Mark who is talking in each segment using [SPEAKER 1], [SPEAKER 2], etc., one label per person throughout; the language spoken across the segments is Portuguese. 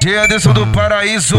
[SPEAKER 1] Dia dentro do paraíso,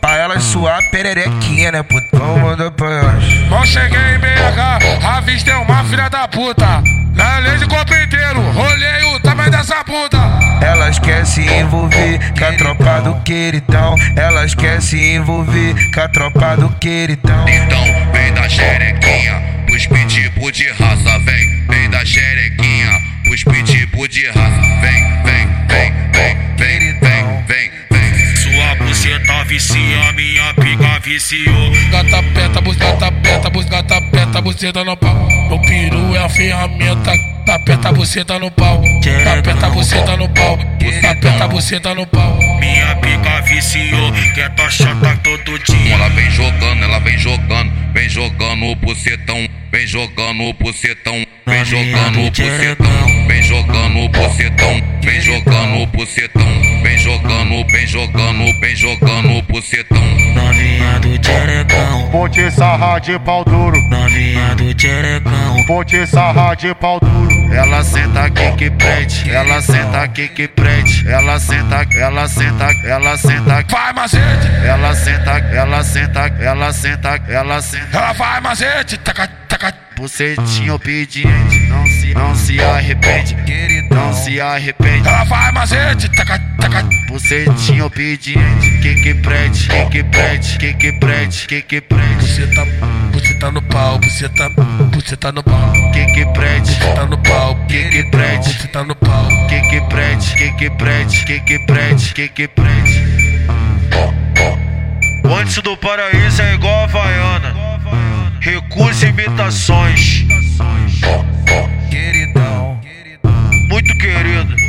[SPEAKER 1] pra elas suar pererequinha, né, putão? Manda pra elas.
[SPEAKER 2] Bom, cheguei em BH, avistei é uma filha da puta. Na lei de corpo inteiro, olhei o tamanho dessa puta.
[SPEAKER 1] Elas quer se envolver com a tropa do queridão. Elas quer se envolver com a tropa do queridão.
[SPEAKER 3] Então vem da xerequinha, os pitbull de raça, vem, vem da xerequinha, os pitbull de raça, vem, vem, vem, vem, vem, vem, vem, vem.
[SPEAKER 4] Sua buceta vicia, minha pica viciou.
[SPEAKER 2] Gata peta, bus, gata peta, bus, gata peta, buceta no pau. Meu peru é a ferramenta. Tapeta buceta no pau, tapeta buceta no pau,
[SPEAKER 5] Tá
[SPEAKER 2] tapeta buceta no pau.
[SPEAKER 4] Minha pica viciou, quer tá chata todo dia.
[SPEAKER 3] Ela vem jogando, ela vem jogando, vem jogando o bucetão, vem jogando o bucetão, vem jogando o bucetão, vem jogando o bucetão, vem jogando o bucetão, vem jogando, vem jogando, vem jogando o bucetão.
[SPEAKER 4] Novinha do tcherecão,
[SPEAKER 5] Vou te sarrar de é pau duro,
[SPEAKER 4] novinha do tcherecão.
[SPEAKER 5] vou te sarrar de pau duro. Ela senta aqui que prende, ela senta aqui que prende, ela senta, ela senta, ela senta,
[SPEAKER 2] Vai macete,
[SPEAKER 5] ela senta, ela senta, ela senta, ela senta.
[SPEAKER 2] ela vai macete, taca, taca.
[SPEAKER 5] Bucetinho obediente, é não se, não se arrepende, não se arrepende.
[SPEAKER 2] Ela vai macete, tá. taca, taca.
[SPEAKER 5] Bucetinho obediente, que que prende, que que prende, que que prende, que que prende,
[SPEAKER 2] Buceta, buceta no pau, buceta, buceta tá, no pau,
[SPEAKER 5] que que prende,
[SPEAKER 2] buceta no pau,
[SPEAKER 5] que que prende.
[SPEAKER 2] buceta tá no pau.
[SPEAKER 5] Que que prende, que que prende, que que prende, que que prende.
[SPEAKER 6] Antes do paraíso é igual a Havaiana. Recursos e imitações.
[SPEAKER 1] Queridão.
[SPEAKER 6] Muito querido.